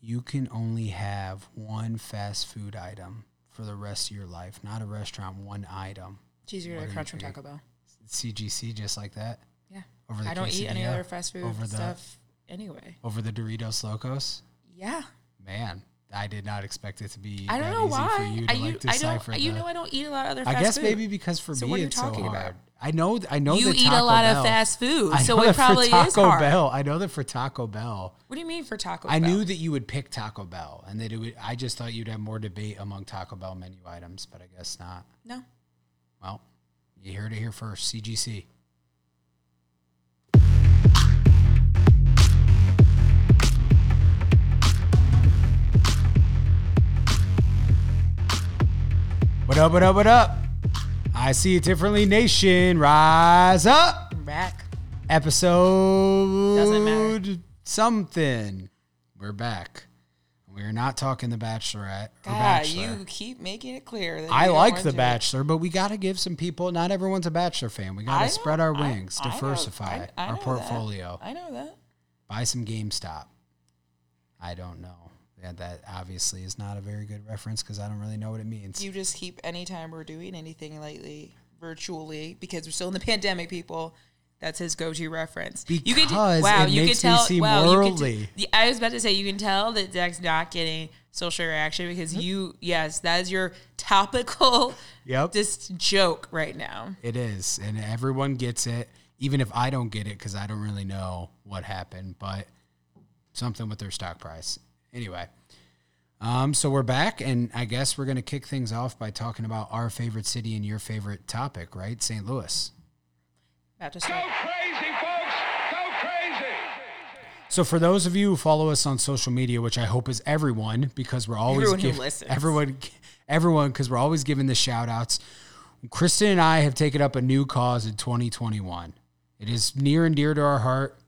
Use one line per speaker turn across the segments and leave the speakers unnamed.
you can only have one fast food item for the rest of your life, not a restaurant, one item.
Jeez, you're
What do
gonna
you
crunch from
figure?
Taco Bell.
CGC just like that
Yeah.
over the
I don't eat any
quesadilla,
other fast food
over the-
stuff anyway.
over the Doritos Locos.
Yeah.
Man, I did not expect it to be.
I don't
that
know
easy For
why.
you to
I, you,
like
I don't.
decipher
You
the-
know, I don't eat a lot of other. fast
I guess
food.
maybe because for
So
me
what are you
it's so
talking about?
hard. I know. I know
you
that
eat a
Taco
lot
Bell-
of fast food,
I
so
know
it
that for
probably
Taco
is hard.
Bell. I know that for Taco Bell,
What do you mean for Taco
I
Bell?
knew that you would pick Taco Bell, and that it would. I just thought you'd have more debate among Taco Bell menu items, but I guess not.
No.
Well, you heard it here first. CGC. What up? What up? What up? I see it differently, nation. Rise up.
Rack.
Episode
matter.
something. We're back. We're not talking The Bachelorette. Or
God,
Bachelor.
you keep making it clear that
I
you don't
like
want
The
to.
Bachelor, but we got to give some people. Not everyone's a Bachelor fan. We got
I
to spread
know-
our
I-
wings,
I know-
diversify
I- I
our
know that.
portfolio,
I know that.
buy some GameStop. I don't know. Yeah, that obviously is not a very good reference because I don't really know what it means.
You just keep anytime we're doing anything lately virtually because we're still in the pandemic, people. That's his go-to reference. you could
Because
wow,
it
you
makes
could
me
tell.
seem
wow, You
worldly.
could, t- I was about to say you can tell that Zach's not getting social reaction because you, yes, that is your topical,
Yep.
just joke right now.
It is, and everyone gets it, even if I don't get it because I don't really know what happened, but something with their stock price. Anyway, um, so we're back, and I guess we're gonna kick things off by talking about our favorite city and your favorite topic, right? St. Louis.
About to
Go
start.
crazy, folks! Go crazy!
So for those of you who follow us on social media, which I hope is everyone, because we're always
Everyone who
giv-
listens.
everyone, everyone, because we're always giving the shout outs. Kristen and I have taken up a new cause in 2021. It is near and dear to our heart,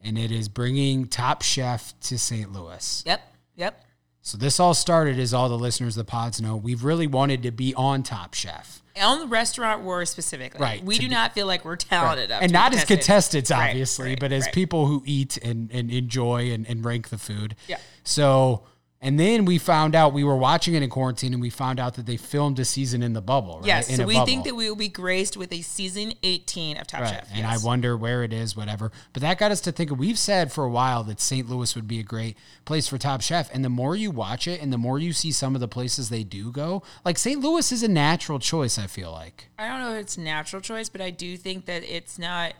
and it is bringing Top Chef to St. Louis.
Yep, yep.
So this all started, as all the listeners of the pods know, we've really wanted to be on Top Chef.
On the restaurant war specifically,
Right,
We
to
do
be-
not feel like we're talented enough,
and
to
not
be
as contestants,
Right,
obviously,
right,
but as
right.
people who eat and, and enjoy and, and rank the food.
Yeah.
So, and then we found out we were watching it in quarantine, and we found out that they filmed a season in the bubble. Right?
Yes,
in
so
a
we think
bubble.
that we will be graced with a season 18 of Top
Right.
Chef.
And
yes.
I wonder where it is, whatever. But that got us to thinking. We've said for a while that St. Louis would be a great place for Top Chef. And the more you watch it and the more you see some of the places they do go, like St. Louis is a natural choice, I feel like.
I don't know if it's natural choice, but I do think that it's not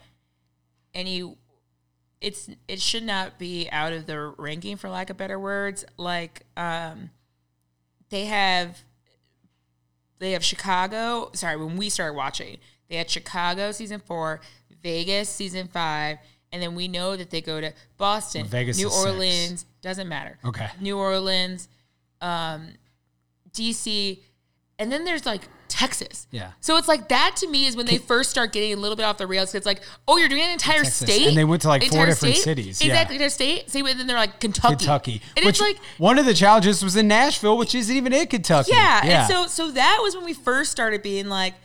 any it's it should not be out of the ranking for lack of better words. Like um they have they have Chicago, sorry, when we started watching, they had Chicago season 4, Vegas season 5, and then we know that they go to Boston,
Vegas
New
is six.
Orleans, doesn't matter.
Okay.
New Orleans, um, DC, and then there's like Texas.
Yeah.
So it's like that to me is when they first start getting a little bit off the rails. 'cause It's like, oh, you're doing an entire
Texas.
state,
And they went to, like, four
Entire
different
state?
cities. Yeah.
Exactly, entire state. See, but then they're like Kentucky,
Kentucky.
and
which
it's like.
one of the challenges was in Nashville, which isn't even in Kentucky.
Yeah, and so so that was when we first started being like,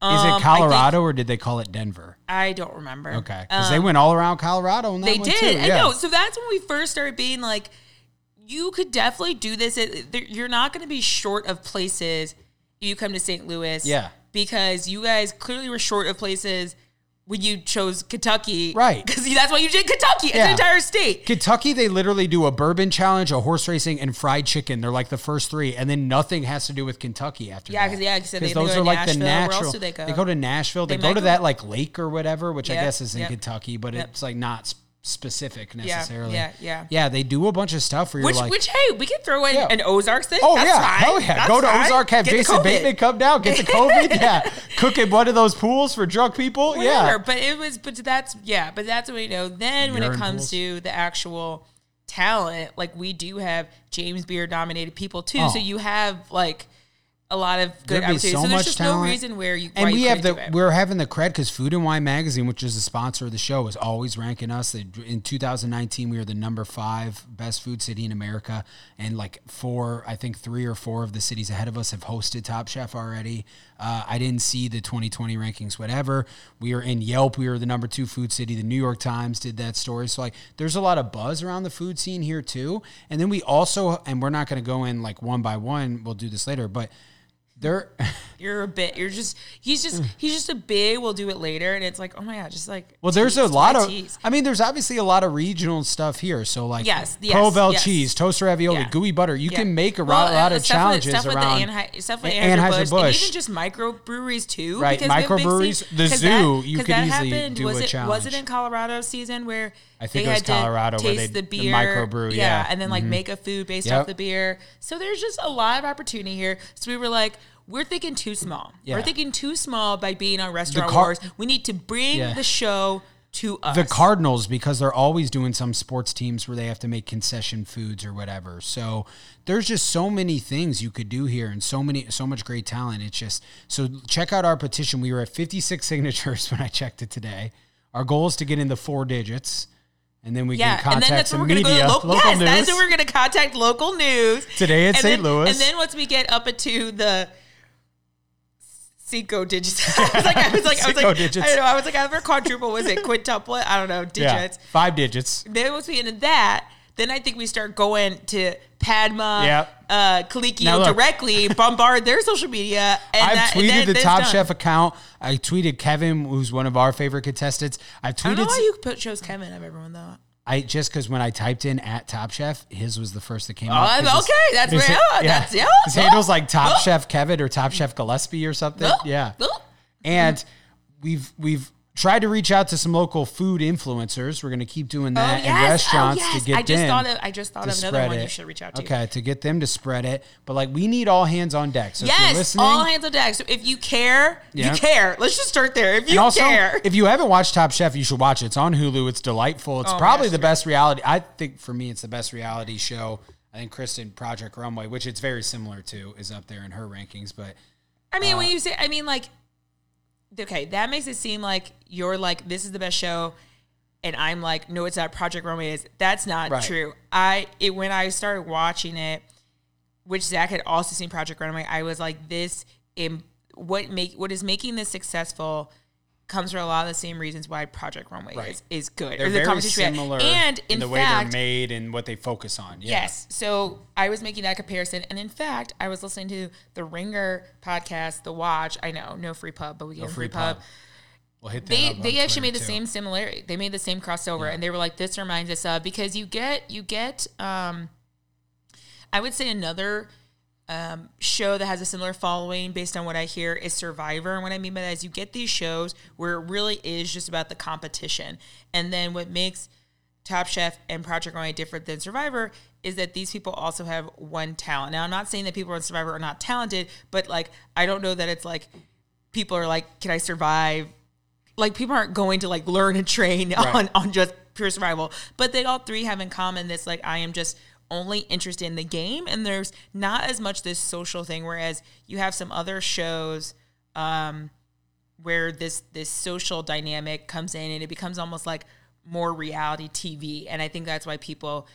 um,
is
I
it
think-
Colorado or did they call it Denver?
I, don't remember.
Okay, because
Um,
they went all around Colorado. On that
They
one
did.
Too.
I know. So that's when we first started being like, you could definitely do this. It- there- You're not going to be short of places if you come to St. Louis.
Yeah.
Because you guys clearly were short of places when you chose Kentucky.
Right.
Because that's why you did Kentucky. It's
Yeah.
an entire state.
Kentucky, they literally do a bourbon challenge, a horse racing, and fried chicken. They're like the first three, and then nothing has to do with Kentucky after
Yeah,
that.
'cause- yeah, 'cause they- they
those
go to
are like the
Nashville. Where else
natural.
do they go?
to Nashville. They,
They
go
might
to
go-
that like lake or whatever, which I
Yep,
guess is in
yep.
Kentucky, but
Yep.
it's like not sp- specific necessarily.
yeah, yeah.
yeah. They do a bunch of stuff where
Which,
you're like,
which, hey, we can throw in
Yeah.
an Ozarks thing.
Oh
That's
yeah,
fine.
hell yeah!
That's
Go to
fine.
Ozark, have
Get the
Jason
COVID.
Bateman come down, get the COVID. yeah, cook in one of those pools for drunk people.
whatever.
Yeah,
But it was, but that's yeah. But that's what we know. Then when it
Urine
comes
pools.
to the actual talent, like we do have James Beard nominated people too.
Oh.
So you have like a a lot of
There'd
good
be
opportunities.
so
So,
much
there's just
talent.
no reason where you why
and we
you
have
couldn't
the
do it.
we're having the cred because Food and Wine magazine, which is the sponsor of the show, is always ranking us. They, in 2019, we were the number five best food city in America, and like four, I think three or four of the cities ahead of us have hosted Top Chef already. Uh, I didn't see the 2020 rankings, whatever. We were in Yelp. We were the number two food city. The New York Times did that story. So like, there's a lot of buzz around the food scene here too. And then we also, and we're not going to go in like one by one. We'll do this later, but. There,
You're a bit. You're just. He's just. He's just a big. We'll do it later, and it's like, oh my god, just like.
Well, there's a
tease,
lot
why
of.
tease?
I mean, there's obviously a lot of regional stuff here. So like,
Yes, yes,
Provel
yes.
cheese, toaster ravioli,
Yeah.
gooey butter. You
Yeah.
can make a
Well,
ro- lot
and
of
stuff with-
challenges
stuff
around.
With the Anheuser, stuff with
An-
Anheuser Busch,
Anheuser-Busch.
and even just microbreweries too.
Right,
because we have big
microbreweries.
scene-
The
'cause
zoo, you
'cause
could
that
easily
happened-
do
was
a
it, Was
challenge.
it in Colorado season where
I think
they
it was
had to
Colorado where
taste
they-
the
the
beer,
microbrew, yeah. Mm-hmm.
and then like make a food based
Yep.
off the beer. So there's just a lot of opportunity here. So we were like. We're thinking too small.
Yeah.
We're thinking too small by being on Restaurant
car-
Wars. We need to bring
Yeah.
the show to us.
the Cardinals because they're always doing some sports teams where they have to make concession foods or whatever. So there's just so many things you could do here and so many so much great talent. It's just so check out our petition. We were at 56 signatures when I checked it today. Our goal is to get in the four digits. And then we can
Yeah, and
contact
then that's where
some
we're
media.
gonna go to local, yes,
news.
that's where we're gonna contact local news
Today at
And
St.
then-
Louis.
And then once we get up into the Cinco digits. I was like, I was like, I was
Cinco
like,
digits.
I don't know. I was like, either quadruple was it quintuplet? I don't know, digits.
Yeah, five digits.
Then once we into that, then I think we start going to Padma,
Yep.
uh, Colicchio
Now look.
directly, bombard their social media. And
I've
that- and
tweeted
then-
the
then it's
Top
done.
Chef account. I tweeted Kevin, who's one of our favorite contestants. I've
I
tweeted
don't know why you put, chose Kevin of everyone though.
I just because when I typed in at Top Chef, his was the first that came
Oh,
up. 'cause
I'm-
his-
okay, that's
his-
where- oh, that's- yeah,
His
oh,
handle's like Top
oh.
Chef Kevin or Top Chef Gillespie or something.
Oh,
Yeah,
oh.
and we've we've tried to reach out to some local food influencers. We're gonna keep doing that
Oh,
and
yes. Oh,
restaurants
yes.
to get
I just
them
thought of- I just thought
to
of another
spread
one you
it.
should reach out to.
Okay, to get them to spread it, but like we need all hands on deck. So if you're
Yes,
listening,
all hands on deck. So if you care,
Yeah.
you care. Let's just start there. If you
And also,
care,
if you haven't watched Top Chef, you should watch it. It's on Hulu. It's delightful. It's
Oh my
probably
gosh,
the
yeah.
best reality. I think for me, it's the best reality show. I think Kristen Project Runway, which it's very similar to, is up there in her rankings. But
I mean,
Uh,
when you say, I mean, like, okay, that makes it seem like you're like, this is the best show, and I'm like, no, it's not. Project Runway is. That's not
Right.
true. I it when I started watching it, which Zach had also seen Project Runway, I was like, this in what make what is making this successful comes from a lot of the same reasons why Project Runway
Right.
is is good.
they're
Or
very
conversation we had.
similar
and in,
in the way
fact,
they're made and what they focus on. Yeah.
Yes. So I was making that comparison. And in fact, I was listening to the Ringer podcast, The Watch. I know, no free pub, but we get a
Free
free pub.
pub. We'll hit that
They
up on
they actually
Twitter,
made the
too.
same similarity. They made the same crossover and they were like, This reminds us of because you get you get um I would say another um, show that has a similar following based on what I hear is Survivor. And what I mean by that is you get these shows where it really is just about the competition. And then what makes Top Chef and Project Runway different than Survivor is that these people also have one talent. Now, I'm not saying that people on Survivor are not talented, but like, I don't know that it's like people are like, can I survive? Like, people aren't going to like learn and train on, on just pure survival, but they all three have in common this like, I am just only interested in the game, and there's not as much this social thing. Whereas you have some other shows, um, where this this social dynamic comes in and it becomes almost like more reality TV. And I think that's why people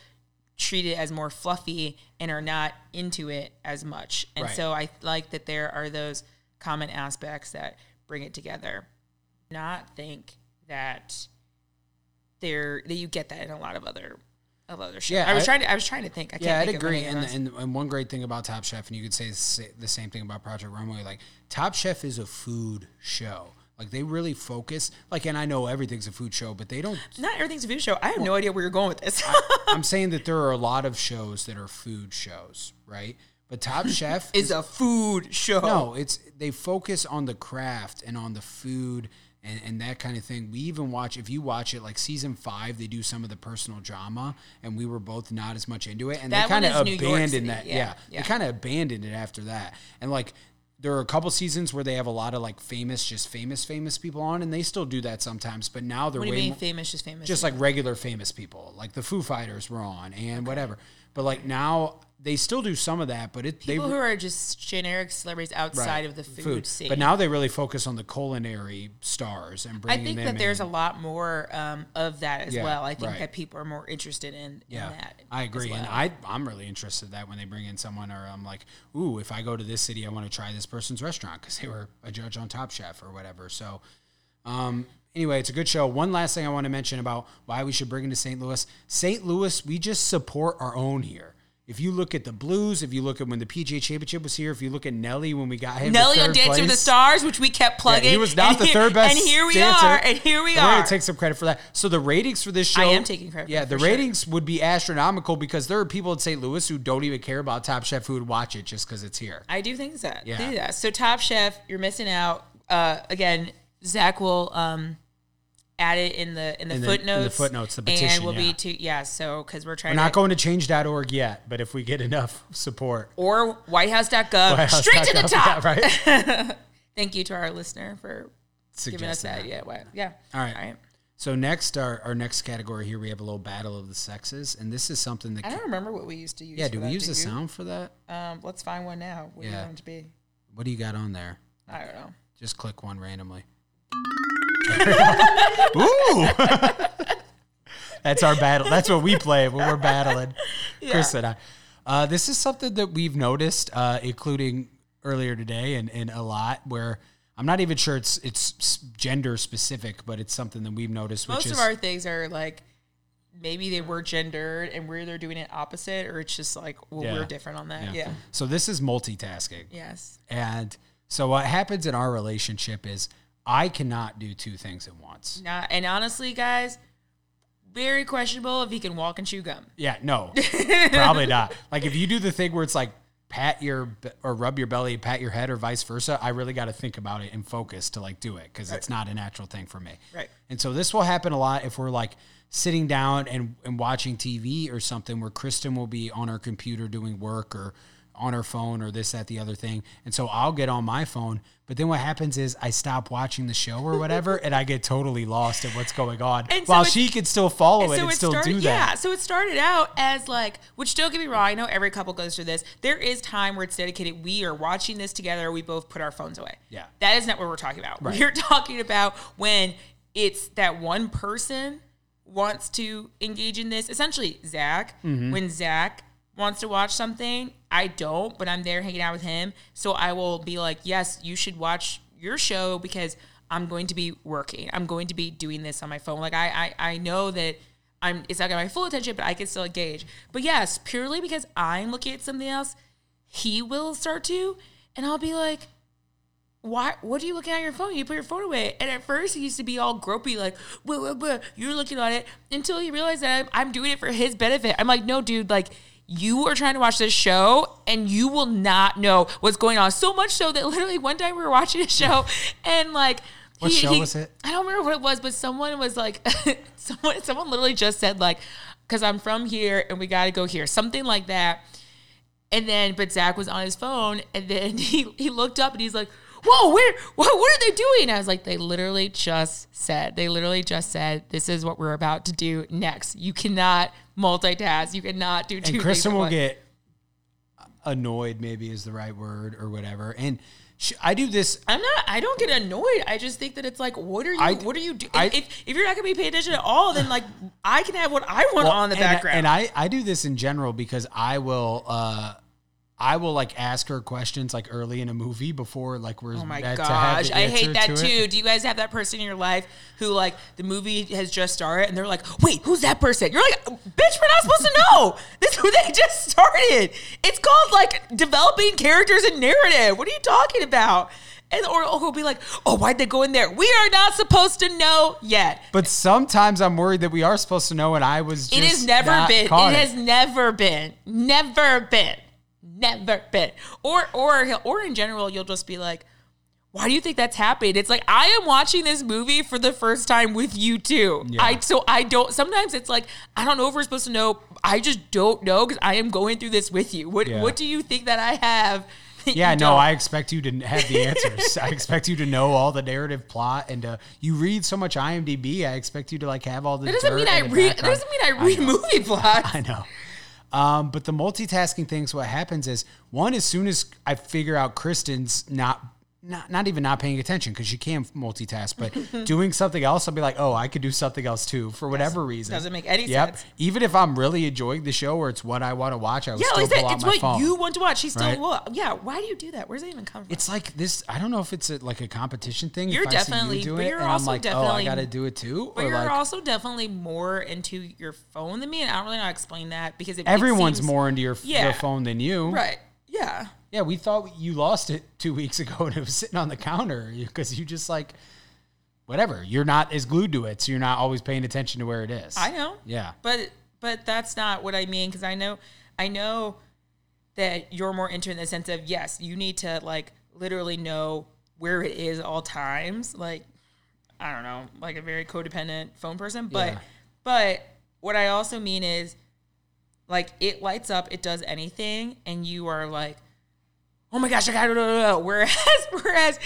treat it as more fluffy and are not into it as much. And
Right.
so I like that there are those common aspects that bring it together. Not think that there that you get that in a lot of other of other shows.
Yeah,
I was
I-
trying to I was trying to think. I can't
Yeah, I'd
think of
agree.
any of
And,
those.
and and one great thing about Top Chef, and you could say sa- the same thing about Project Runway, like Top Chef is a food show. Like they really focus. Like, and I know everything's a food show, but they don't
not everything's a food show. I have no idea where you're going with this.
I'm saying that there are a lot of shows that are food shows, right? But Top Chef
It's a food show.
no, it's they focus on the craft and on the food and, and that kind of thing. We even watch if you watch it like season five, they do some of the personal drama, and we were both not as much into it. And
That
they
one
kind of
is New York City,
abandoned that. Yeah,
yeah,
they
yeah.
kind of abandoned it after that. And like there are a couple seasons where they have a lot of like famous, just famous, famous people on, and they still do that sometimes. But now they're
What do
way
you mean
more-
famous? Just famous.
just like regular famous people, like the Foo Fighters were on and whatever. But like now they still do some of that, but it
People
they
who are just generic celebrities outside of the food, scene.
But now they really focus on the culinary stars and
I
bringing
think
them
that there's
in.
a lot more um, of that as
Yeah,
well. I think
right.
that people are more interested in, in that.
I
as
agree, and
well.
I I'm really interested in that when they bring in someone, or I'm like, ooh, if I go to this city, I want to try this person's restaurant because they were a judge on Top Chef or whatever. So, um, anyway, it's a good show. One last thing I want to mention about why we should bring it to St. Louis. St. Louis, we just support our own here. If you look at the Blues, if you look at when the PGA Championship was here, if you look at Nelly when we got him, to
Nelly on
third
Dancing with the
place-
Stars, which we kept
Yeah,
plugging.
he was not
and
the
here-
third best.
And here we
dancer.
are. And here we
I'm
are.
gonna take some credit for that. So the ratings for this show,
I am taking credit for
Yeah,
it,
the
for sure.
ratings would be astronomical because there are people in St. Louis who don't even care about Top Chef who would watch it just because it's here.
I do think that.
Yeah.
Do that. So Top Chef, you're missing out. Uh, again, Zach will um, add it in the in
In the-
the
in the
footnotes.
footnotes, the petition,
and will
yeah.
be to yeah. So because we're trying
We're
to
not going to change.org yet, but if we get enough support,
or WhiteHouse.gov straight to the top.
Yeah, right?
Thank you to our listener for giving us
Suggesting
that. Yeah. What, yeah.
All right.
All right.
So next, our, our next category here, we have a little battle of the sexes, and this is something that
I don't remember what we used to use.
yeah.
for
Do we
that,
use the
you?
sound for that?
Um, let's find one now. What do
Yeah.
you want it to be?
What do you got on there?
I don't know.
Just click one randomly. Ooh. That's our battle. That's what we play when we're battling, Chris and I. Uh, this is something that we've noticed, uh, including earlier today and, and a lot where I'm not even sure it's it's s- gender specific, but it's something that we've noticed. Which
Most
is
of our things are like maybe they were gendered and we're either doing it opposite or it's just like well
Yeah.
we're different on that. Yeah.
So this is multitasking.
Yes.
And so what happens in our relationship is I cannot do two things at once.
Not, and honestly, guys, very questionable if he can walk and chew gum.
Yeah, no, probably not. Like if you do the thing where it's like pat your be- or rub your belly, pat your head, or vice versa, I really got to think about it and focus to like do it because it's not a natural thing for me.
Right.
And so this will happen a lot if we're like sitting down and, and watching TV or something where Kristen will be on her computer doing work or on her phone or this, that, the other thing. And so I'll get on my phone. But then what happens is I stop watching the show or whatever and I get totally lost in what's going on.
And so
while
it's-
she can still follow it
so
Oh, and still
started,
do that.
yeah. So it started out as like, which don't get me wrong, I know every couple goes through this. There is time where it's dedicated. We are watching this together. We both put our phones away.
Yeah.
that is not what we're talking about. We're talking about when it's that one person wants to engage in this. Essentially, Zach. When Zach wants to watch something, I don't, but I'm there hanging out with him, so I will be like, yes, you should watch your show because. I'm going to be working. I'm going to be doing this on my phone. Like I, I, I know that I'm it's not gonna be my full attention, but I can still engage. But yes, purely because I'm looking at something else, he will start to, and I'll be like, "Why? What are you looking at on your phone? You put your phone away." And at first, he used to be all gropey, like, "Blah blah blah," you're looking on it," until he realized that I'm, I'm doing it for his benefit. I'm like, "No, dude, like." You are trying to watch this show and you will not know what's going on. So much so that literally one time we were watching a show and like
What show was it?
I don't remember what it was, but someone was like, someone, someone literally just said like, "Cause I'm from here and we got to go here," something like that. And then, but Zach was on his phone, and then he he looked up and he's like, "Whoa, where? What, what are they doing?" And I was like, "They literally just said. They literally just said this is what we're about to do next. You cannot multitask. You cannot do two
and
things
Kristen
at
will
once."
get annoyed, maybe is the right word or whatever. And sh I do this.
I'm not. I don't get annoyed. I just think that it's like, what are you?
I-
what are you doing?
I-
If if you're not gonna be paying attention at all, then like, I can have what I want
well,
on the
and I-
background.
and I I do this in general because I will. uh I will like ask her questions like early in a movie before like we're
Oh my
meant to have
gosh,
the
I hate
answer to
that too.
it.
Do you guys have that person in your life who like the movie has just started and they're like, "Wait, who's that person?" You're like, "Bitch, we're not supposed to know. This who they just started. It's called like developing characters and narrative. What are you talking about?" And or he'll be like, "Oh, why'd they go in there? We are not supposed to know yet."
But sometimes I'm worried that we are supposed to know, and I was. Just
it has never
not
been. It
caught
has never been. Never been. Never been. Or or he'll- or in general, you'll just be like, "Why do you think that's happened?" It's like I am watching this movie for the first time with you too. I so I don't. Sometimes it's like I don't know if we're supposed to know. I just don't know because I am going through this with you. What
Yeah.
what do you think that I have? that
Yeah,
you
no,
don't?
I expect you to have the answers. I expect you to know all the narrative plot, and uh, you read so much IMDb. I expect you to like have all the.
That doesn't
dirt
mean
and
I
the
read. That
background.
doesn't mean I read
know.
movie plots.
I know. Um, but the multitasking things, what happens is one, as soon as I figure out Kristen's not not not even not paying attention because she can multitask, but doing something else, I'll be like, oh, I could do something else too for whatever reason.
doesn't make any
yep.
sense.
Even if I'm really enjoying the show or it's what I want to watch, I would
Yeah,
still
like
pull
that.
out
It's
my
what
phone.
you want to watch. She's still
Right.
well. Yeah. Why do you do that? Where does that even come from?
it's like this. I don't know if it's a, like a competition thing.
You're
if I see
definitely-
you do
but
it,
you're
and I'm
also
like, oh, I
definitely-
got to do it too.
but
or
you're
like,
also definitely more into your phone than me, and I don't really know how to explain that because it, it
everyone's
seems-
more into your,
Yeah.
your phone than you.
right. Yeah.
Yeah, we thought you lost it two weeks ago and it was sitting on the counter because you just like, whatever. You're not as glued to it, so you're not always paying attention to where it is.
I know.
Yeah.
But but that's not what I mean because I know I know that you're more into it in the sense of yes, you need to like literally know where it is at all times. Like I don't know, like a very codependent phone person. But
Yeah.
but what I also mean is like it lights up, it does anything, and you are like oh my gosh, I got it. Whereas, whereas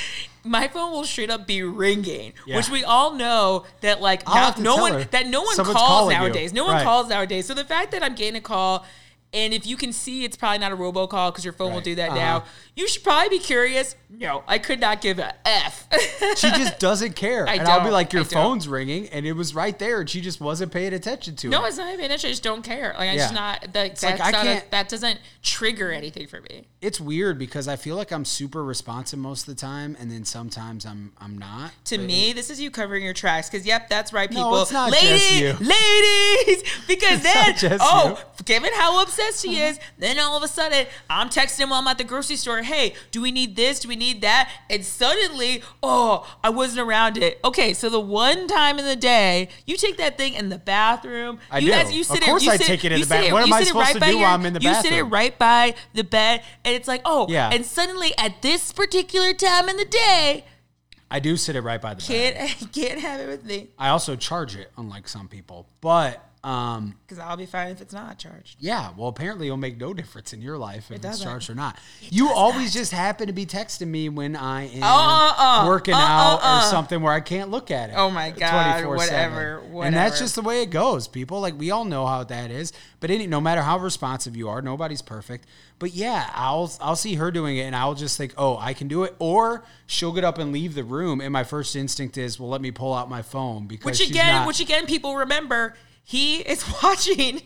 my phone will straight up be ringing,
Yeah.
which we all know that like
I'll have
not,
to
no
tell
one
her.
that no one
Someone's
calls
calling you.
nowadays. No one
Right.
calls nowadays. So the fact that I'm getting a call. And if you can see, it's probably not a robocall because your phone will
Right.
do that
Uh-huh.
now. You should probably be curious. No, I could not give a f.
She just doesn't care.
I
and I'll be
don't.
like, your
I don't.
phone's ringing and it was right there and she just wasn't paying attention to it.
no, it's not even an issue. I just don't care. Like I
Yeah.
just not that. That's
like, I
not a-
can't-
that doesn't trigger anything for me.
it's weird because I feel like I'm super responsive most of the time and then sometimes I'm I'm not.
to me, this is you covering your tracks. Because yep, that's right,
No,
people.
it's not just
ladies,
you.
ladies, because then
not just Mm-hmm.
oh, given how obsessed she is, then all of a sudden I'm texting him while I'm at the grocery store. Hey, do we need this? Do we need that? And suddenly, oh, I wasn't around it. Okay, so the one time in the day you take that thing in the bathroom.
I
you
do.
guys- you
Of
sit
course
it, you
I
sit-
take it in
you
the
sit
bath- what am
you
I
sit it
supposed to
by
do while
your-
I'm in the
you sit it
bathroom?
right by the bed, and it's like oh
Yeah.
And suddenly at this particular time in the day.
I do sit it right by the bed.
Can't can't have it with me
I also charge it, unlike some people. But um
because I'll be fine if it's not charged.
Yeah, well, apparently it'll make no difference in your life if it's
doesn't.
charged or not. you always just happen to be texting me when I am
uh, uh,
working
uh, uh,
out or
uh.
something where I can't look at it.
Oh my God,
24/7.
whatever,
And that's
whatever.
just the way it goes, people. Like we all know how that is. But any, no matter how responsive you are, nobody's perfect. But yeah, I'll I'll see her doing it, and I'll just think, oh, I can do it. Or she'll get up and leave the room, and my first instinct is, well, let me pull out my phone because
Which
she's
again,
not-
which again, people remember he is watching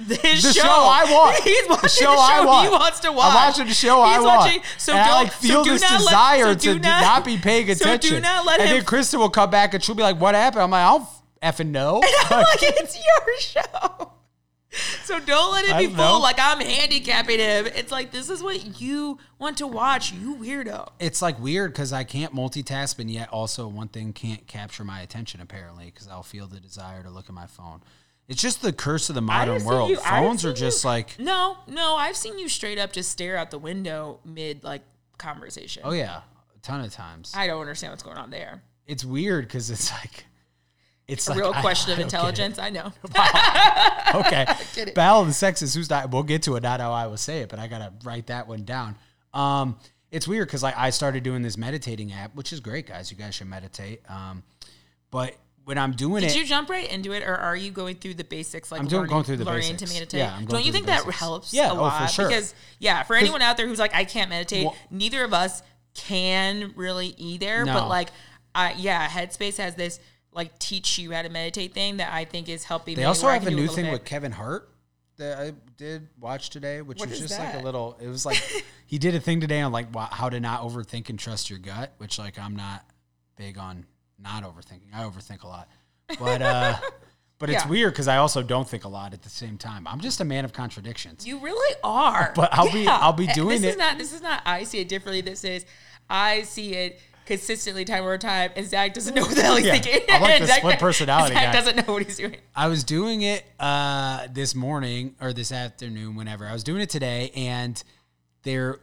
this
the
show.
show, I watch.
He's watching the show, he wants to watch.
I'm watching the show I
He's
want.
watching- So
and
don't
I like feel
so do
this
not let-
desire
so
to
do not,
not be paying
so do
attention.
not let
and
him-
then Kristen will come back and she'll be like, "What happened?" I'm like, "I don't effing know."
like it's your show. So don't let
I
it be
know.
fooled like I'm handicapping him. It's like this is what you want to watch, you weirdo.
it's like weird because I can't multitask, and yet also one thing can't capture my attention apparently because I'll feel the desire to look at my phone. It's just the curse of the
I
modern
didn't see
world.
you- I didn't
Phones
see
are just
you-
like,
no, no. I've seen you straight up just stare out the window mid like conversation.
oh yeah, a ton of times.
I don't understand what's going on there.
it's weird because it's like, it's like
Real
I-
question
I
of
don't get it.
intelligence. I know.
okay.
it.
Battle of the sexes. Who's not? We'll get to it. Not how I will say it, but I gotta write that one down. Um, it's weird because like I started doing this meditating app, which is great, guys. You guys should meditate. Um, but when I'm doing
Did
it,
you jump right into it, or are you going through the basics? Like
I'm doing-
learning,
going through the
learning
basics.
to meditate.
Yeah, I'm going
don't
through
you think
the
that
basics.
helps?
Yeah,
a
oh, for
lot?
sure.
Because yeah, for anyone out there who's like, I can't meditate.
Well-
neither of us can really either.
No.
But like, uh, yeah, Headspace has this like teach you how to meditate thing that I think is helping.
they
me,
also
where I
have
can
a
do
new
little
thing
bit.
with Kevin Hart that I did watch today, which
What
was
is
just like
that?
a little. It was like he did a thing today on like wh- how to not overthink and trust your gut, which like I'm not big on not overthinking. I overthink a lot, but uh, but it's
Yeah.
weird because I also don't think a lot at the same time. I'm just a man of contradictions.
You really are.
But I'll be- I'll be
Eh,
doing
this
it.
is not this is not I see it differently. This is I see it consistently time over time, and Zach doesn't know what the hell he's
Yeah.
thinking.
I'm like
And
the
Zach-
split personality
Zach
guy.
doesn't know what he's doing.
I was doing it uh, this morning or this afternoon, whenever I was doing it today, and they're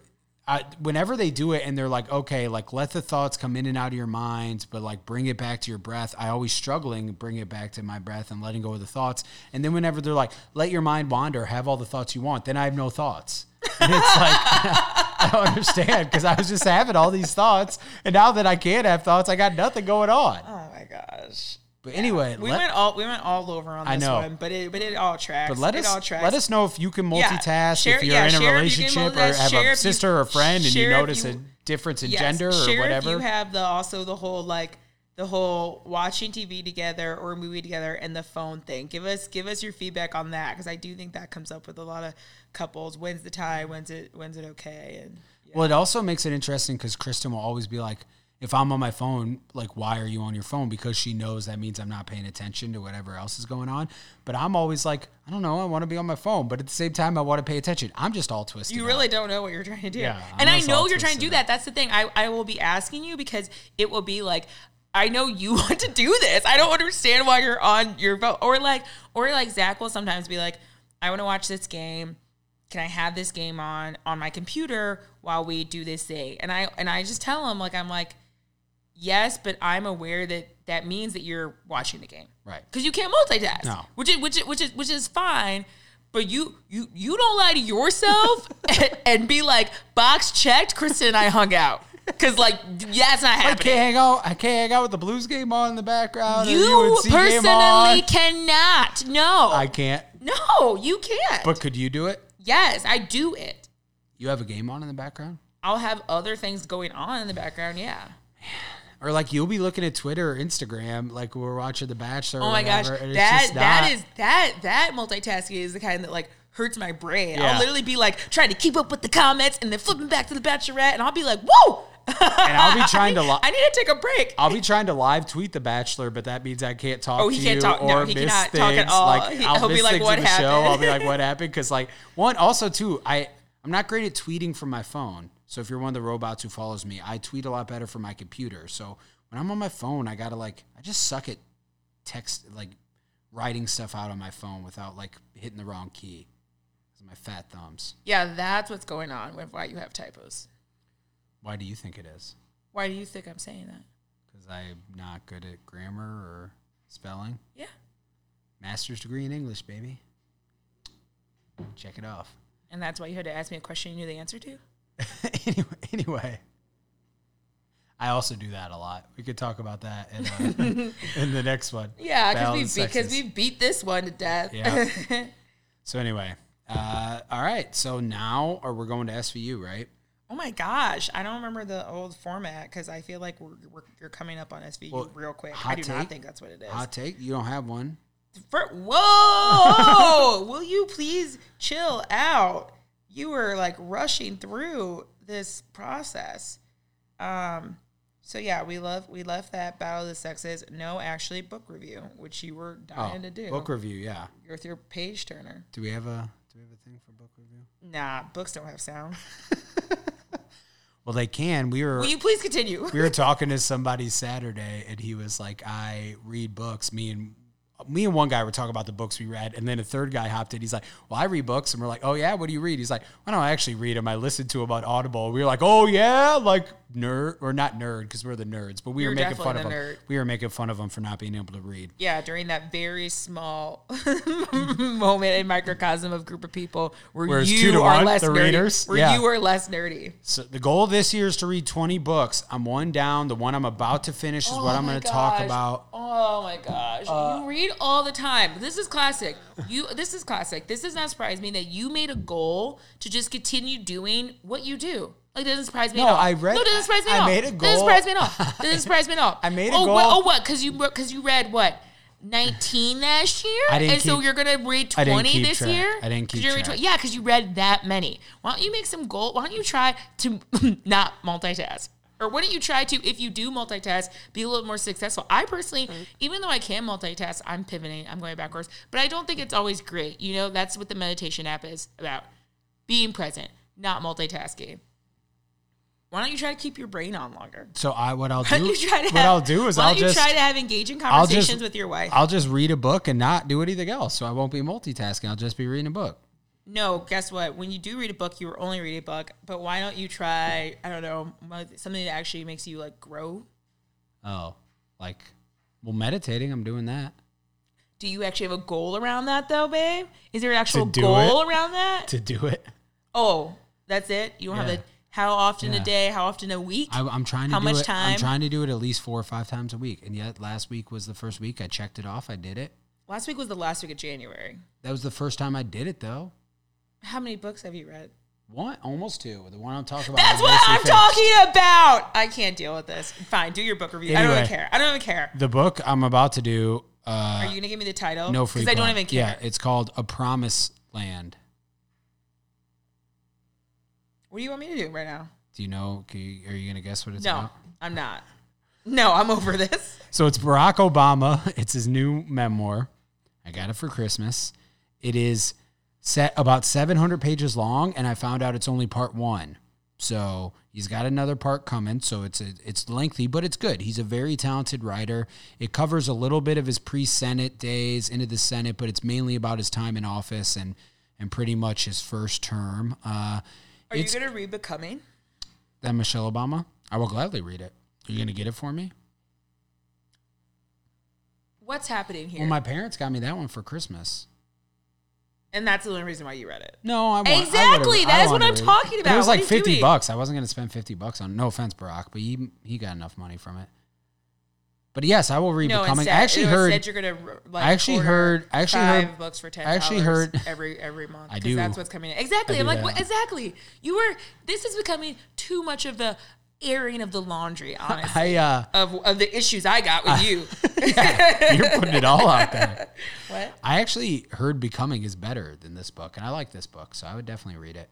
I, whenever they do it, and they're like, okay, like let the thoughts come in and out of your mind, but like bring it back to your breath. I always struggling bring it back to my breath and letting go of the thoughts. And then whenever they're like, let your mind wander, have all the thoughts you want, then I have no thoughts. And it's like I don't understand because I was just having all these thoughts, and now that I can't have thoughts, I got nothing going on.
Oh my gosh.
But anyway,
We
let,
went all we went all over on this
I know.
one, but it but it all tracks.
but let
it
us
all tracks.
let us know if you can
Yeah.
multitask.
Share-
if you're
yeah,
in a
share if you can
relationship or
multitask.
have
Share
a
if you-
sister or friend, and you
share if
notice
you-
a difference in
Yes.
gender
Share
or whatever.
If you have the also the whole like the whole watching TV together or a movie together and the phone thing. Give us give us your feedback on that because I do think that comes up with a lot of couples. When's the tie? When's it? When's it okay? And
Well, it also makes it interesting because Kristen will always be like, if I'm on my phone, like, why are you on your phone? Because she knows that means I'm not paying attention to whatever else is going on. But I'm always like, I don't know, I want to be on my phone. But at the same time, I want to pay attention. I'm just all twisted.
You
up.
really don't know what you're trying to do.
Yeah,
and I
unless
know
I'll
you're trying
twist
to do
it
that. That's the thing. I, I will be asking you because it will be like, I know you want to do this. I don't understand why you're on your vote. Or like, or like Zach will sometimes be like, I want to watch this game. Can I have this game on on my computer while we do this thing? And I and I just tell him like I'm like, yes, but I'm aware that that means that you're watching the game
Right.
because you can't multitask.
No.
Which is which is which is which is fine. But you you you don't lie to yourself and, and be like box checked. Kristen and I hung out because like yeah, it's not
I can't
happening.
hang out. I can't hang out with the Blues game on in the background. or
You
UNC game on.
personally cannot. No,
I can't.
no, you can't.
But could you do it?
yes, I do it.
You have a game on in the background?
I'll have other things going on in the background. Yeah.
Or like you'll be looking at Twitter or Instagram, like we're watching The Bachelor.
Oh
or
my gosh,
whatever,
that
and it's
that
just
is
not-
that that multitasking is the kind that like hurts my brain.
Yeah.
I'll literally be like trying to keep up with the comments and then flipping back to the Bachelorette, and I'll be like, "Whoa!"
And I'll be trying to. Lo-
I need to take a break.
I'll be trying to live tweet The Bachelor, but that means I can't talk.
Oh, he
to
can't
you
talk- no,
Or
he
miss
cannot
things.
talk at all.
Like,
He-
I'll
he'll be
miss
like,
things
"What
in the show. I'll be like,
happened?"
what happened? Because like one, also too, I I'm not great at tweeting from my phone. So if you're one of the robots who follows me, I tweet a lot better from my computer. So when I'm on my phone, I gotta like I just suck at text like writing stuff out on my phone without like hitting the wrong key. 'Cause of My fat thumbs.
Yeah, that's what's going on with why you have typos.
Why do you think it is?
Why do you think I'm saying that?
Because I'm not good at grammar or spelling.
Yeah,
Master's degree in English, baby. Check it off.
and that's why you had to ask me a question you knew the answer to.
anyway, anyway, I also do that a lot. We could talk about that in, uh, in the next one.
Yeah, because
Balance
we beat, because
sexist.
we beat this one to death.
Yeah. So anyway, uh, all right. So now, or we're going to SVU, right?
oh my gosh, I don't remember the old format because I feel like we're, we're you're coming up on SVU
Well,
real quick. I
hot
do not
take?
think that's what it is.
Hot take. You don't have one.
Fir- whoa! Will you please chill out? You were like rushing through this process. Um, so yeah, we love we left that battle of the sexes. No, actually, book review, which you were dying to do.
Oh, book review. Yeah.
You're with your page turner.
Do we have a Do we have a thing for book review?
Nah, books don't have sound.
Well, they can. We were
Will you please continue?
we were talking to somebody Saturday, and he was like, "I read books." Me and me and one guy were talking about the books we read, and then a third guy hopped in. He's like, "Well, I read books," and we're like, "Oh yeah, what do you read?" He's like, "I don't actually read them. I listen to them on Audible." We were like, "Oh yeah, like nerd or not nerd because we're the nerds, but we
You're
were making
definitely
fun of
the
them.
nerd.
We were making fun of them for not being able to read."
yeah, during that very small moment in microcosm of group of people where
Where it's
you
two to
are
one,
less
the
nerdy,
readers?
where
Yeah.
you are less nerdy.
So the goal this year is to read 20 books. I'm one down. The one I'm about to finish is what
Oh
I'm
my
going to talk
gosh.
about.
Oh my gosh. you read all the time. This is classic. You this is classic. This does not surprise me that you made a goal to just continue doing what you do. Like it doesn't surprise me
No,
at all.
I read-
No, it doesn't surprise me
I
at all.
made a
Doesn't
goal.
surprise me at all. Doesn't surprise me at all.
I made a
oh,
goal.
What, oh what? Because you because you read what nineteen last year,
I didn't
and so
keep-
you're gonna read
I didn't
twenty
keep
this
track.
year.
I didn't
'Cause
keep
you're gonna
track.
read 20 yeah, because you read that many. Why don't you make some goal? Why don't you try to not multitask? Or why don't you try to, if you do multitask, be a little more successful? I personally, even though I can multitask, I'm pivoting, I'm going backwards, but I don't think it's always great. You know, that's what the meditation app is about being present, not multitasking. Why don't you try to keep your brain on longer?
So I what I'll
Why don't
do
you try to
what
have,
I'll do is
why don't
I'll
you
just
try to have engaging
I'll just-
conversations with your wife?
I'll just read a book and not do anything else. So I won't be multitasking. I'll just be reading a book.
No, guess what? When you do read a book, you are only reading a book. But why don't you try? I don't know mo- something that actually makes you like grow.
Oh, like, well, meditating, I'm doing that.
Do you actually have a goal around that though, babe? Is there an actual
do
goal around that?
To do it.
oh, that's it. You don't
Yeah.
have a how often
Yeah.
a day, how often a week.
I, I'm trying to
How
do
much
it,
time?
I'm trying to do it at least four or five times a week. And yet, last week was the first week I checked it off. I did it.
last week was the last week of January.
That was the first time I did it though.
How many books have you read?
One, almost two. The one I'm talking about.
That's
I
what
mostly
I'm
finished.
talking about. I can't deal with this. Fine, do your book review. I don't even
Anyway.
care. I don't even care.
The book I'm about to do. Uh,
Are you gonna give me the title?
no free.
because I don't
plug.
even care.
Yeah, it's called A Promise Land.
What do you want me to do right now?
Do you know? Can you, are you gonna guess what it's
No,
about?
I'm not. No, I'm over this.
So it's Barack Obama. It's his new memoir. I got it for Christmas. It is set about 700 pages long, and I found out it's only part one. So he's got another part coming. So it's a, it's lengthy, but it's good. He's a very talented writer. It covers a little bit of his pre-Senate days into the Senate, but it's mainly about his time in office and and pretty much his first term. Uh,
Are
it's
you gonna read Becoming?
that Michelle Obama. I will gladly read it. Are you gonna get it for me?
What's happening here?
Well, my parents got me that one for Christmas.
and that's the only reason why you read it.
No, I want I
Exactly,
would've-
that
I
is what
wanted
I'm
to-
talking
It
about.
was
What
like
are you
fifty
doing?
bucks. I wasn't going to spend fifty bucks on. No offense, Barack, but he he got enough money from it. But yes, I will read
No,
becoming.
instead,
I actually
no,
heard.
instead you're gonna. Like,
I actually
order
heard- I actually
five
heard-
books for ten.
I actually heard-
every every month.
I
'cause
do.
That's what's coming. in. Exactly.
I
I'm
do
like,
that.
what, exactly. You were. This is becoming too much of the airing of the laundry.
I
Honestly,
uh,
of of the issues I got with you.
you're putting it all out there.
What?
I actually heard becoming is better than this book, and I like this book, so I would definitely read it.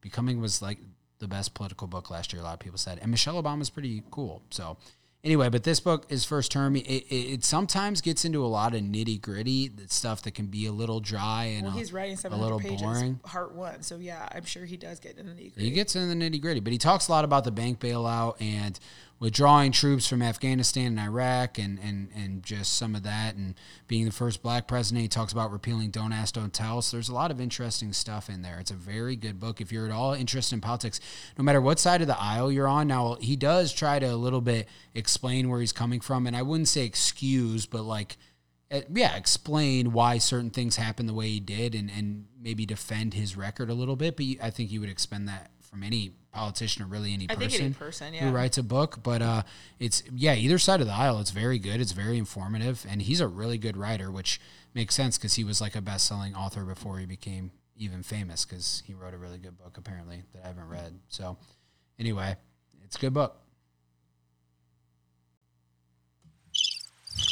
Becoming was like the best political book last year. A lot of people said, and Michelle Obama's pretty cool. So anyway, but this book is first term. It, it, it sometimes gets into a lot of nitty gritty stuff that can be a little dry and
Well,
a-
he's writing
a
700
little
pages,
boring.
part one. So yeah, I'm sure he does get in the
He
nitty
gets in the nitty gritty, but he talks a lot about the bank bailout and withdrawing troops from Afghanistan and Iraq and, and, and just some of that and being the first black president. He talks about repealing Don't Ask, Don't Tell. So there's a lot of interesting stuff in there. It's a very good book. If you're at all interested in politics, no matter what side of the aisle you're on, now he does try to a little bit explain where he's coming from. And I wouldn't say excuse, but like, uh, yeah, explain why certain things happened the way he did and, and maybe defend his record a little bit. But you, I think you would expend that from any politician or really any
I
person,
think any person, yeah.
who writes a book. But uh, it's, yeah, either side of the aisle, it's very good. It's very informative. And he's a really good writer, which makes sense because he was like a best selling author before he became even famous because he wrote a really good book, apparently, that I haven't read. So, anyway, it's a good book.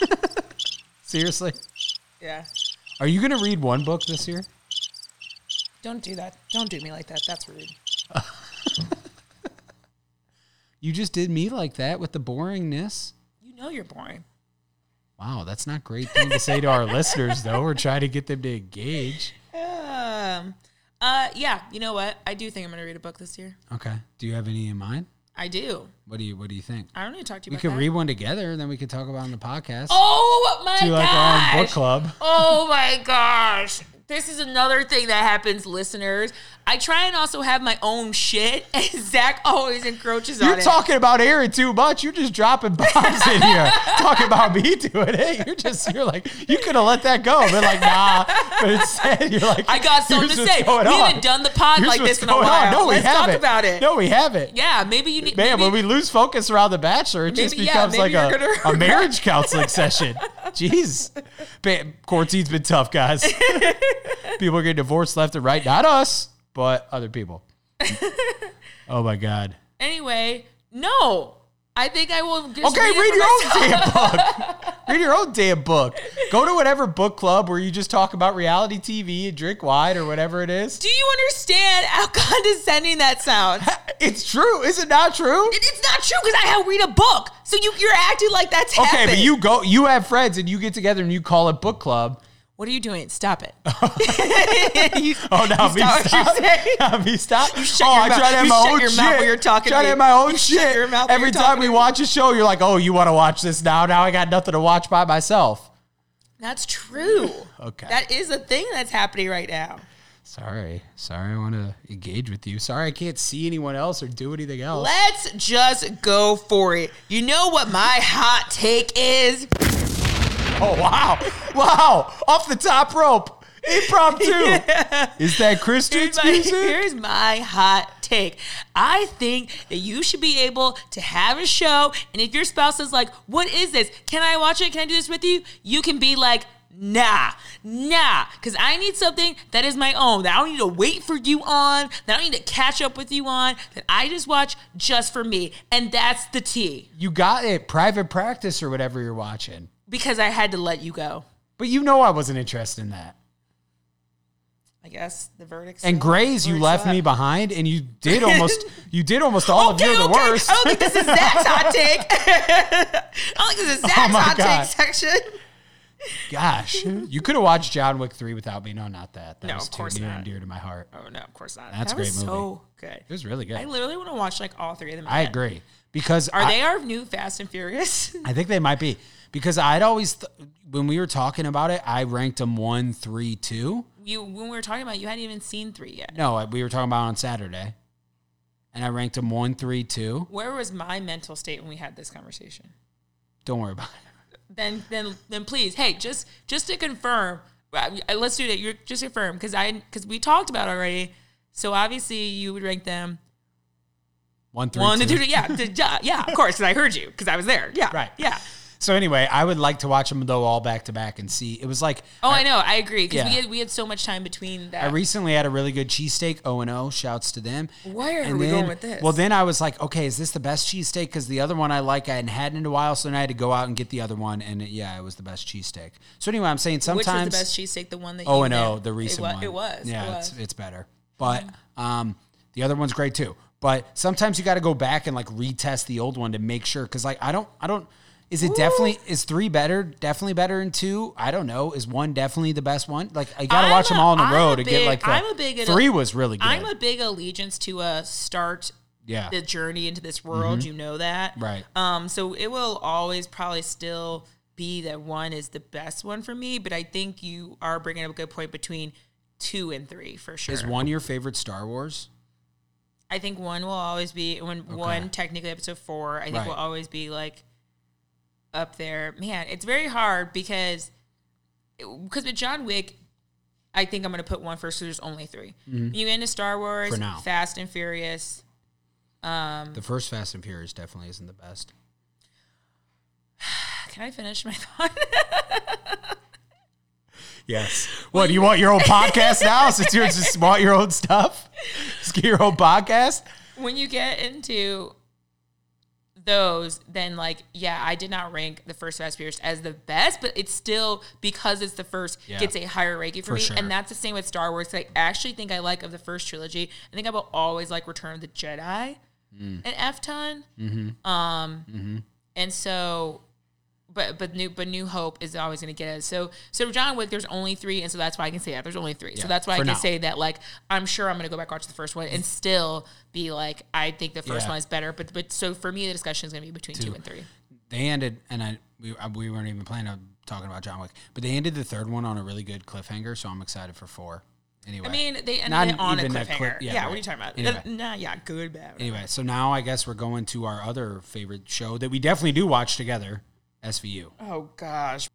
Seriously?
Yeah.
Are you going to read one book this year?
Don't do that. Don't do me like that. That's rude.
You just did me like that with the boringness.
You know you're boring.
Wow, that's not a great thing to say to our listeners, though. We're trying to get them to engage.
Um. Uh. Yeah. You know what? I do think I'm gonna read a book this year.
Okay. Do you have any in mind?
I do.
What do you What do you think?
I don't need to talk to you.
We
about
could
that.
read one together, and then we could talk about it on the podcast.
Oh my
do like our
gosh!
own book club.
Oh my gosh. This is another thing that happens, listeners. I try and also have my own shit, and Zach always encroaches on
You're
it.
talking about Aaron too much. You're just dropping bombs in here. talking about me doing it. You're just you're like you could have let that go, but like nah. But instead you're like
I got something
here's
to
what's
say. We
going
haven't
on.
done the pod
Here's
like
what's
this in a
going on.
while.
No, we
Let's
haven't.
talk about it.
No, we haven't.
Yeah, maybe you need.
Man,
maybe,
when we lose focus around The Bachelor, it just
Maybe- yeah,
becomes
maybe
like
you're
a,
gonna-
a marriage counseling session. Jeez. Ba- Quarantine's been tough, guys. people are getting divorced left and right. Not us, but other people. oh, my God.
Anyway, no. I think I will. Just
Okay, read,
it for
your
myself.
own damn book. read your own damn book. Go to whatever book club where you just talk about reality TV and drink wine or whatever it is.
Do you understand how condescending that sounds? It-
It's true. Is it not true?
It's not true because I have read a book, so you you're acting like that's
Okay,
happened.
but you go. You have friends and you get together and you call it book club.
What are you doing? Stop it. you,
Oh no,
you
me
stop
stop!
what you're saying.
No, me stop! You
shut
oh,
your
I
mouth.
try to have
You
my
shut
own
your
shit.
mouth when you're talking
Try
to
to
me.
have my own
You
shit.
shut your mouth when
Every
you're
time
talking
we
to me.
watch a show, you're like, "Oh, you want to watch this now? Now I got nothing to watch by myself."
That's true.
Okay.
That is a thing that's happening right now.
Sorry, sorry. I want to engage with you. Sorry, I can't see anyone else or do anything else.
Let's just go for it. You know what my hot take is?
oh wow, wow! Off the top rope. Impromptu. Is that Chris
Here's
Street's
my,
music?
here's my hot take. I think that you should be able to have a show, and if your spouse is like, "What is this? Can I watch it? Can I do this with you?" You can be like, "Nah, nah," because I need something that is my own that I don't need to wait for you on, that I don't need to catch up with you on, that I just watch just for me, and that's the tea.
You got it. Private practice or whatever you're watching.
Because I had to let you go.
But you know I wasn't interested in that.
I guess the verdict.
And Grays, you left me behind, and you did almost you did almost all of you the worst.
I don't think Oh, this is Zach's hot take. I don't think this is Zach's
Oh my
hot
God.
take section.
Gosh, you could have watched John Wick three without me. No, not that. That
No,
was
of
too
course
near
not.
and dear to my heart.
Oh no, of course not.
That's a
that
great
was
movie.
so good.
It was really good.
I literally want to watch like all three of them.
I
again.
agree because
Are
I,
they our new Fast and Furious?
I think they might be because I'd always th- when we were talking about it, I ranked them one, three, two.
you when we were talking about, it, you hadn't even seen three yet.
No, uh, we were talking about it on Saturday, and I ranked them one, three, two.
Where was my mental state when we had this conversation?
Don't worry about it.
Then, then, then, please, hey, just just to confirm, I- I- let's do that. You're just confirm because I because we talked about it already. So obviously you would rank them
One, three,
one to
two.
two. Yeah, to- yeah, yeah, of course, because I heard you because I was there. Yeah,
Right.
Yeah.
So anyway, I would like to watch them though all back to back and see. It was like
Oh, I know. I agree because we
Yeah.
had we had so much time between
I
that.
recently had a really good cheesesteak. O and O, shouts to them.
Where are
And
we
then-
going with this?
Well, then I was like, okay, is this the best cheesesteak? Because the other one I like, I hadn't had in a while, so then I had to go out and get the other one, and it, yeah, it was the best cheesesteak. So anyway, I'm saying
Which
sometimes
was the best cheesesteak? The one that
O
you
and O,
had?
Oh, the recent
it wa-
one,
It was.
yeah,
it was.
it's it's better, but um, the other one's great too. But sometimes you got to go back and like retest the old one to make sure, because like I don't, I don't. Is it definitely is three better? Definitely better than two. I don't know. Is one definitely the best one? Like I gotta
I'm
watch them
a-
all in a
I'm
row
a
to
big-
get like. The,
I'm a big-
three was really good.
I'm a big allegiance to uh start
Yeah.
the journey into this world. You know that.
Mm-hmm. Right.
Um, so it will always probably still be that one is the best one for me, but I think you are bringing up a good point between two and three for sure.
Is one your favorite Star Wars?
I think one will always be when one technically episode four. I think
Right.
will always be like up there. Man, it's very hard because because with John Wick, I think I'm gonna put one first. So there's only 3 You into Star Wars,
Mm-hmm. For now.
Fast and Furious. Um,
The first Fast and Furious definitely isn't the best.
Can I finish my thought?
Yes. What do you want your own podcast now? Since you just want your own stuff, just get your own podcast.
when you get into those, then like yeah, I did not rank the first Fast and Furious as the best, but it's still because it's the first
Yeah.
gets a higher ranking for,
For
me,
sure.
and that's the same with Star Wars. 'cause I actually think I like of the first trilogy. I think I will always like Return of the Jedi
Mm.
and F Ton. Um,
Mm-hmm.
and so. But but new but New Hope is always going to get us. So so John Wick, there's only three, and so that's why I can say that there's only three.
Yeah,
so that's why I
for
can
now.
say that like I'm sure I'm going to go back watch the first one and still be like I think the first
Yeah.
one is better. But but so for me, the discussion is going to be between two. and three.
They ended, and I we, I- we weren't even planning on talking about John Wick, but they ended the third one on a really good cliffhanger, so I'm excited for four. Anyway,
I mean, they ended
Not
it on a
even
cliffhanger.
a clip- yeah,
yeah, what
right.
are you talking about?
Anyway.
Nah, yeah, good bad.
anyway, so now I guess we're going to our other favorite show that we definitely do watch together, SVU.
Oh gosh.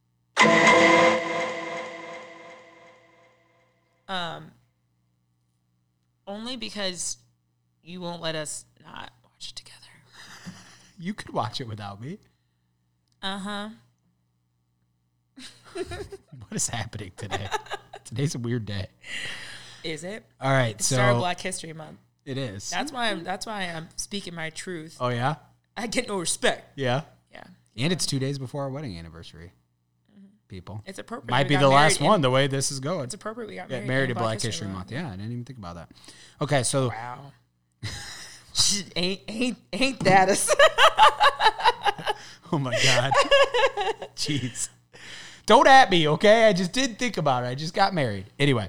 Um, only because you won't let us not watch it together.
You could watch it without me.
Uh huh.
What is happening today? Today's a weird day.
Is it?
All right,
It's
so
Star Black History Month.
it is.
That's why I'm. That's why I'm speaking my truth.
Oh yeah,
I get no respect.
yeah.
Yeah,
And it's two days before our wedding anniversary. People
it's appropriate.
might
we
be
got
the last
married in-
one. The way this is going,
It's appropriate. We got
get
married,
married
in
in Black History Month. Yeah, I didn't even think about that. Okay, so
Wow. ain't ain't ain't that a
oh my god, jeez, don't at me, okay? I just didn't think about it. I just got married. Anyway,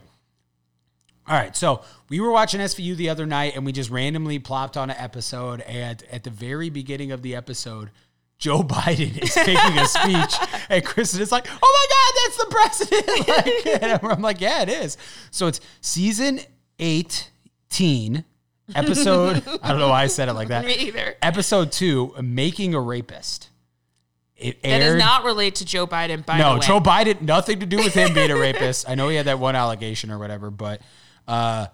all right. So we were watching SVU the other night, and we just randomly plopped on an episode, and at the very beginning of the episode. Joe Biden is making a speech, and Kristen is like, "Oh my God, that's the president!" Like, and I'm like, "Yeah, it is." So it's season eighteen, episode. I don't know why I said it like that.
me either?
episode two, making a rapist. It
That
aired.
does not relate to Joe Biden, by the
no,
way.
Joe Biden, nothing to do with him being a rapist. I know he had that one allegation or whatever, but uh,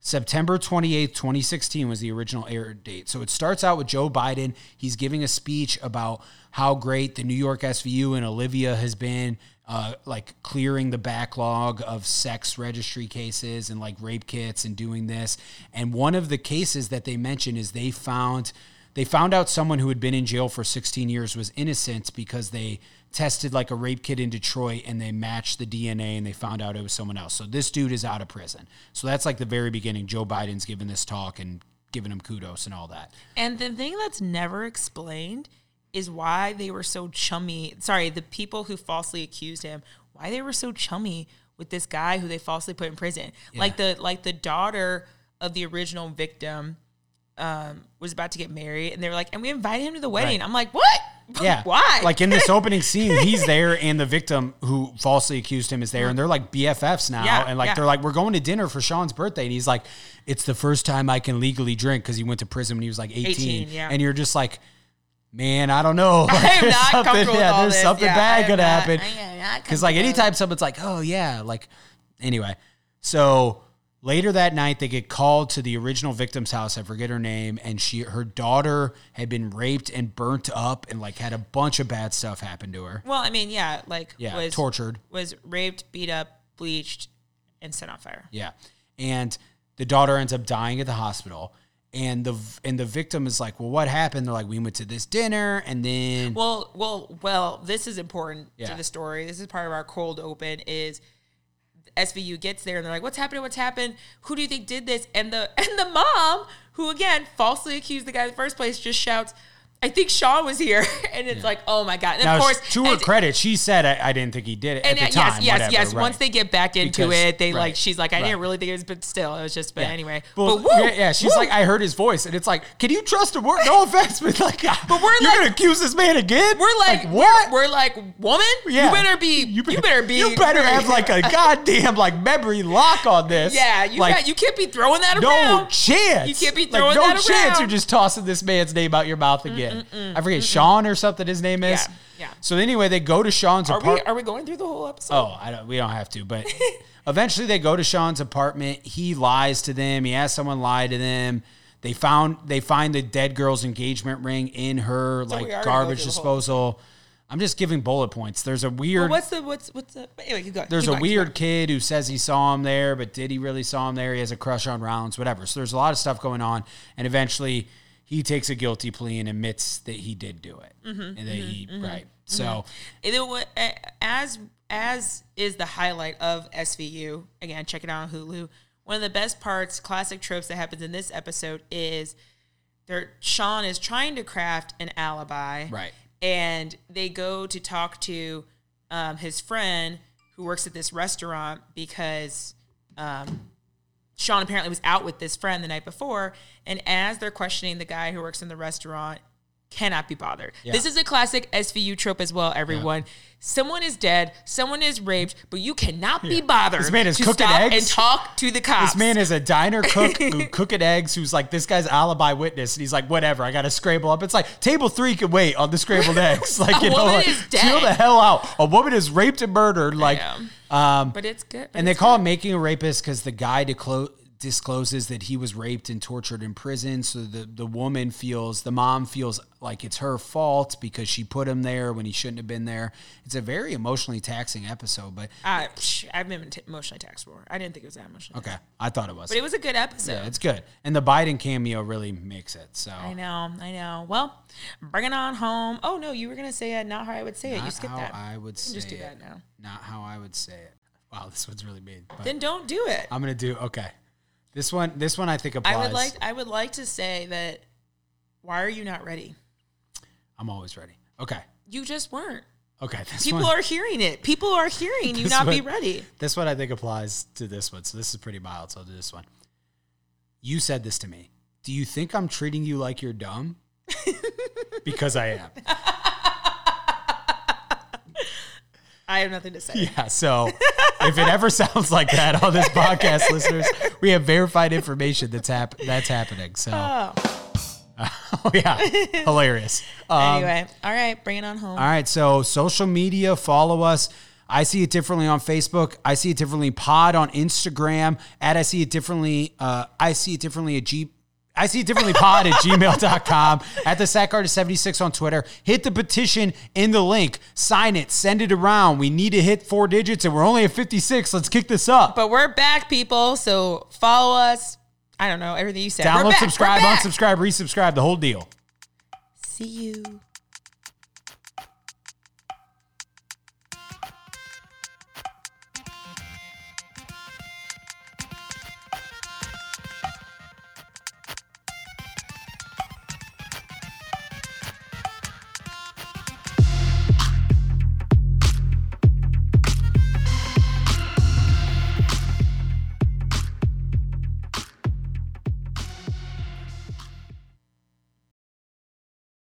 September 28th, 2016 was the original air date. So it starts out with Joe Biden. He's giving a speech about how great the New York SVU and Olivia has been, uh, like clearing the backlog of sex registry cases and like rape kits and doing this. And one of the cases that they mention is they found. They found out someone who had been in jail for 16 years was innocent because they tested like a rape kit in Detroit and they matched the DNA and they found out it was someone else. So this dude is out of prison. So that's like the very beginning. Joe Biden's giving this talk and giving him kudos and all that.
And the thing that's never explained is why they were so chummy. Sorry, the people who falsely accused him, why they were so chummy with this guy who they falsely put in prison. Like the like the daughter of the original victim um, was about to get married, and they were like, "And we invited him to the wedding."
Right.
I'm like, "What?
Yeah.
Why?
Like in this opening scene, he's there and the victim who falsely accused him is there and they're like BFFs now.
Yeah,
and like
yeah.
they're like, we're going to dinner for Sean's birthday. And he's like, it's the first time I can legally drink because he went to prison when he was like 18.
18, yeah.
And you're just like, man, I don't know. Like,
I am
there's
not
something-
comfortable
yeah,
with all
there's
this.
something
Yeah, I
bad
am
could
not-
happen.
I am not
Because like
comfortable.
anytime someone's like, oh yeah, like anyway. So later that night, they get called to the original victim's house. I forget her name, and she her daughter had been raped and burnt up, and like had a bunch of bad stuff happen to her.
Well, I mean, yeah, like
Yeah,
was
tortured.
was raped, beat up, bleached, and set on fire.
Yeah, and the daughter ends up dying at the hospital. And the and the victim is like, well, what happened? They're like, we went to this dinner, and then
Well, well, well. This is important
Yeah.
to the story. This is part of our cold open. Is SVU gets there and they're like, "What's happening? What's happened? Who do you think did this?" And the and the mom, who again falsely accused the guy in the first place, just shouts, "I think Sean was here,here," and it's like, "Oh my god!" And
now,
of course,
to her
and-
credit, she said, I, I didn't think he did it
and
at the
uh,
time.
yes, yes,
whatever,
yes.
right.
Once they get back into
Because-
it, they
right,
like she's like, "I
right.
didn't really think it was," but still, it was just. But
Yeah.
anyway,
Well,
but woo,
yeah, yeah, she's
woo.
like, I heard his voice, and it's like, can you trust a word? No offense, but like, but
we're
you're
like-
gonna accuse this man again?
We're like,
what?
We're, we're like, woman, you better be, you, better be,
you better have like a goddamn like memory lock on this.
yeah, you
like,
got, you can't be throwing that
no
around.
chance.
You can't be
Like,
throwing
no
that
chance.
around. Mm,
You're just tossing this man's name out your mouth again. I forget Sean or something. His name is.
Yeah, yeah.
So anyway, they go to Sean's
Are
apartment.
we are we going through the whole episode?
Oh, I don't, we don't have to, but eventually they go to Sean's apartment. He lies to them. He has someone lie to them. They found they find the dead girl's engagement ring in her like
we already
garbage
go through the
disposal. I'm just giving bullet points. There's a weird
what's the what's what's the? But anyway, keep going.
there's
keep
a
going, keep
weird kid who says he saw him there, but did he really saw him there? He has a crush on Rounds, whatever. So there's a lot of stuff going on, and eventually he takes a guilty plea and admits that he did do it,
Mm-hmm,
and that he right. So
going. It wa- a- as as is the highlight of SVU. Again, check it out on Hulu. One of the best parts, classic tropes that happens in this episode is there. Sean is trying to craft an alibi,
right,
and they go to talk to um, his friend who works at this restaurant because um, Sean apparently was out with this friend the night before. And as they're questioning the guy who works in the restaurant, cannot be bothered. This is a classic SVU trope as well, everyone. Someone is dead, someone is raped, but you cannot be bothered.
This man is
to
cooking
stop
eggs.
and talk to the cops.
This man is a diner cook who cooking eggs who's like this guy's alibi witness and he's like whatever I gotta scramble up it's like table three can wait on the scrambled eggs like
A
you know
woman
like,
is
chill
dead.
the hell out a woman is raped and murdered like um
but it's good. but
and they
it's
call him making a rapist because the guy declo- discloses that he was raped and tortured in prison so the the woman feels the mom feels like it's her fault because she put him there when he shouldn't have been there it's a very emotionally taxing episode but
I, psh, I've been t- emotionally taxed before. I didn't think it was that emotionally.
okay I thought it was
But it was a good episode.
Yeah, it's good. And the Biden cameo really makes it. So
I know, I know. Well, bring it on home. Oh no, you were gonna say it, not how I would say it. You
not
skipped
how
that.
I would say
just do
it.
that now.
Not how I would say it. Wow, this one's really mean. But
Then don't do it.
I'm gonna do okay. This one this one I think applies.
I would like I would like to say that why are you not ready?
I'm always ready. Okay.
You just weren't.
Okay. This
People
one,
are hearing it. People are hearing you
This
not be
one-
ready.
this one I think applies to this one. So this is pretty mild, so I'll do this one. You said this to me. Do you think I'm treating you like you're dumb? because I am.
I have nothing to say.
Yeah. So if it ever sounds like that on this podcast, listeners, we have verified information that's hap- that's happening. So, all oh yeah, hilarious. Um,
anyway, all right, bring it on home.
All right, so social media, follow us. I see it differently on Facebook. I see it differently pod on Instagram. At I see it differently. Uh, I see it differently at G. I see it differently pod at gmail.com. At the sack artist 76 on Twitter. Hit the petition in the link. Sign it. Send it around. We need to hit four digits and we're only at 56. Let's kick this up.
But we're back, people. So follow us. I don't know everything you said. We're
Download,
back, we're
subscribe,
back.
unsubscribe, resubscribe, the whole deal.
See you.